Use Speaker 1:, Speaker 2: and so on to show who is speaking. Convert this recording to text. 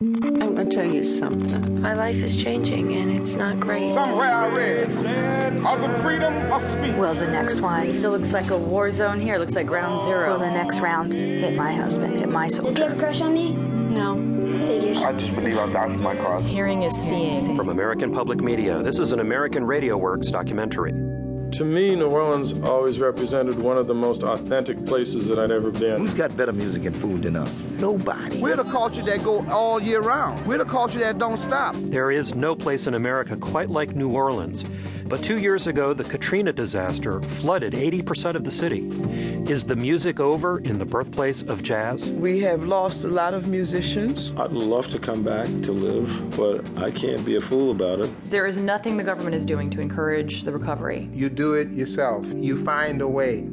Speaker 1: I'm gonna tell you something.
Speaker 2: My life is changing and it's not great.
Speaker 3: Somewhere I read of the freedom of speech.
Speaker 4: Well, the next one still looks like a war zone here. Looks like round zero. Well, the next round hit my husband, hit my
Speaker 5: Does he have a
Speaker 4: soldier.
Speaker 5: crush on me?
Speaker 2: No.
Speaker 5: Figures.
Speaker 3: I just believe I dodged my cause.
Speaker 6: Hearing is seeing.
Speaker 7: From American Public Media, this is an American Radio Works documentary.
Speaker 8: To me, New Orleans always represented one of the most authentic places that I'd ever been.
Speaker 9: Who's got better music and food than us? Nobody.
Speaker 10: We're the culture that go all year round. We're the culture that don't stop.
Speaker 7: There is no place in America quite like New Orleans. But two years ago, the Katrina disaster flooded 80% of the city. Is the music over in the birthplace of jazz?
Speaker 1: We have lost a lot of musicians.
Speaker 8: I'd love to come back to live, but I can't be a fool about it.
Speaker 6: There is nothing the government is doing to encourage the recovery.
Speaker 11: You do it yourself. You find a way.